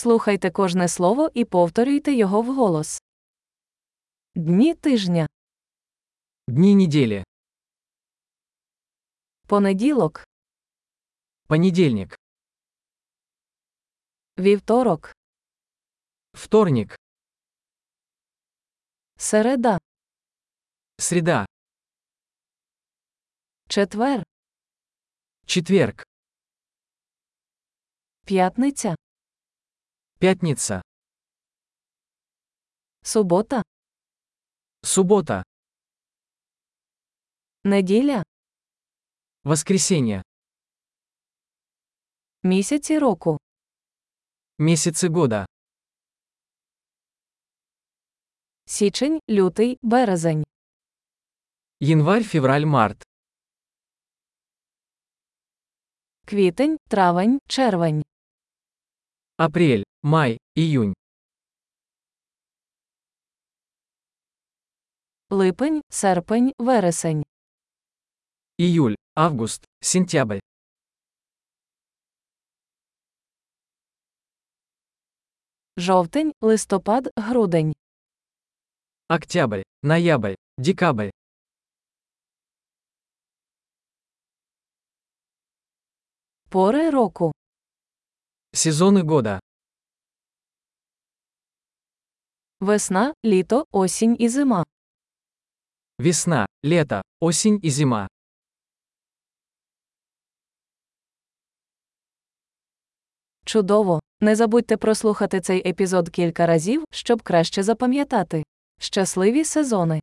Слухайте кожне слово і повторюйте його вголос. Дні тижня. Дни недели. Понеділок, Понедельник. вівторок, Вторник. середа, Среда. четвер, Четверг. п'ятниця, Пятница. субота, Суббота. неділя, Воскресенье. місяці року. Месяцы года. Січень, лютий, березень, Январь, февраль, март. квітень, травень, червень, Апрель, май, июнь. липень, серпень, вересень, Июль, август, сентябрь. жовтень, листопад, грудень, Октябрь, ноябрь, декабрь. пори року, Сезоны года. весна, літо, осінь і зима, Весна, лето, осень и зима. Чудово! Не забудьте прослухати цей епізод кілька разів, щоб краще запам'ятати. Щасливі сезони!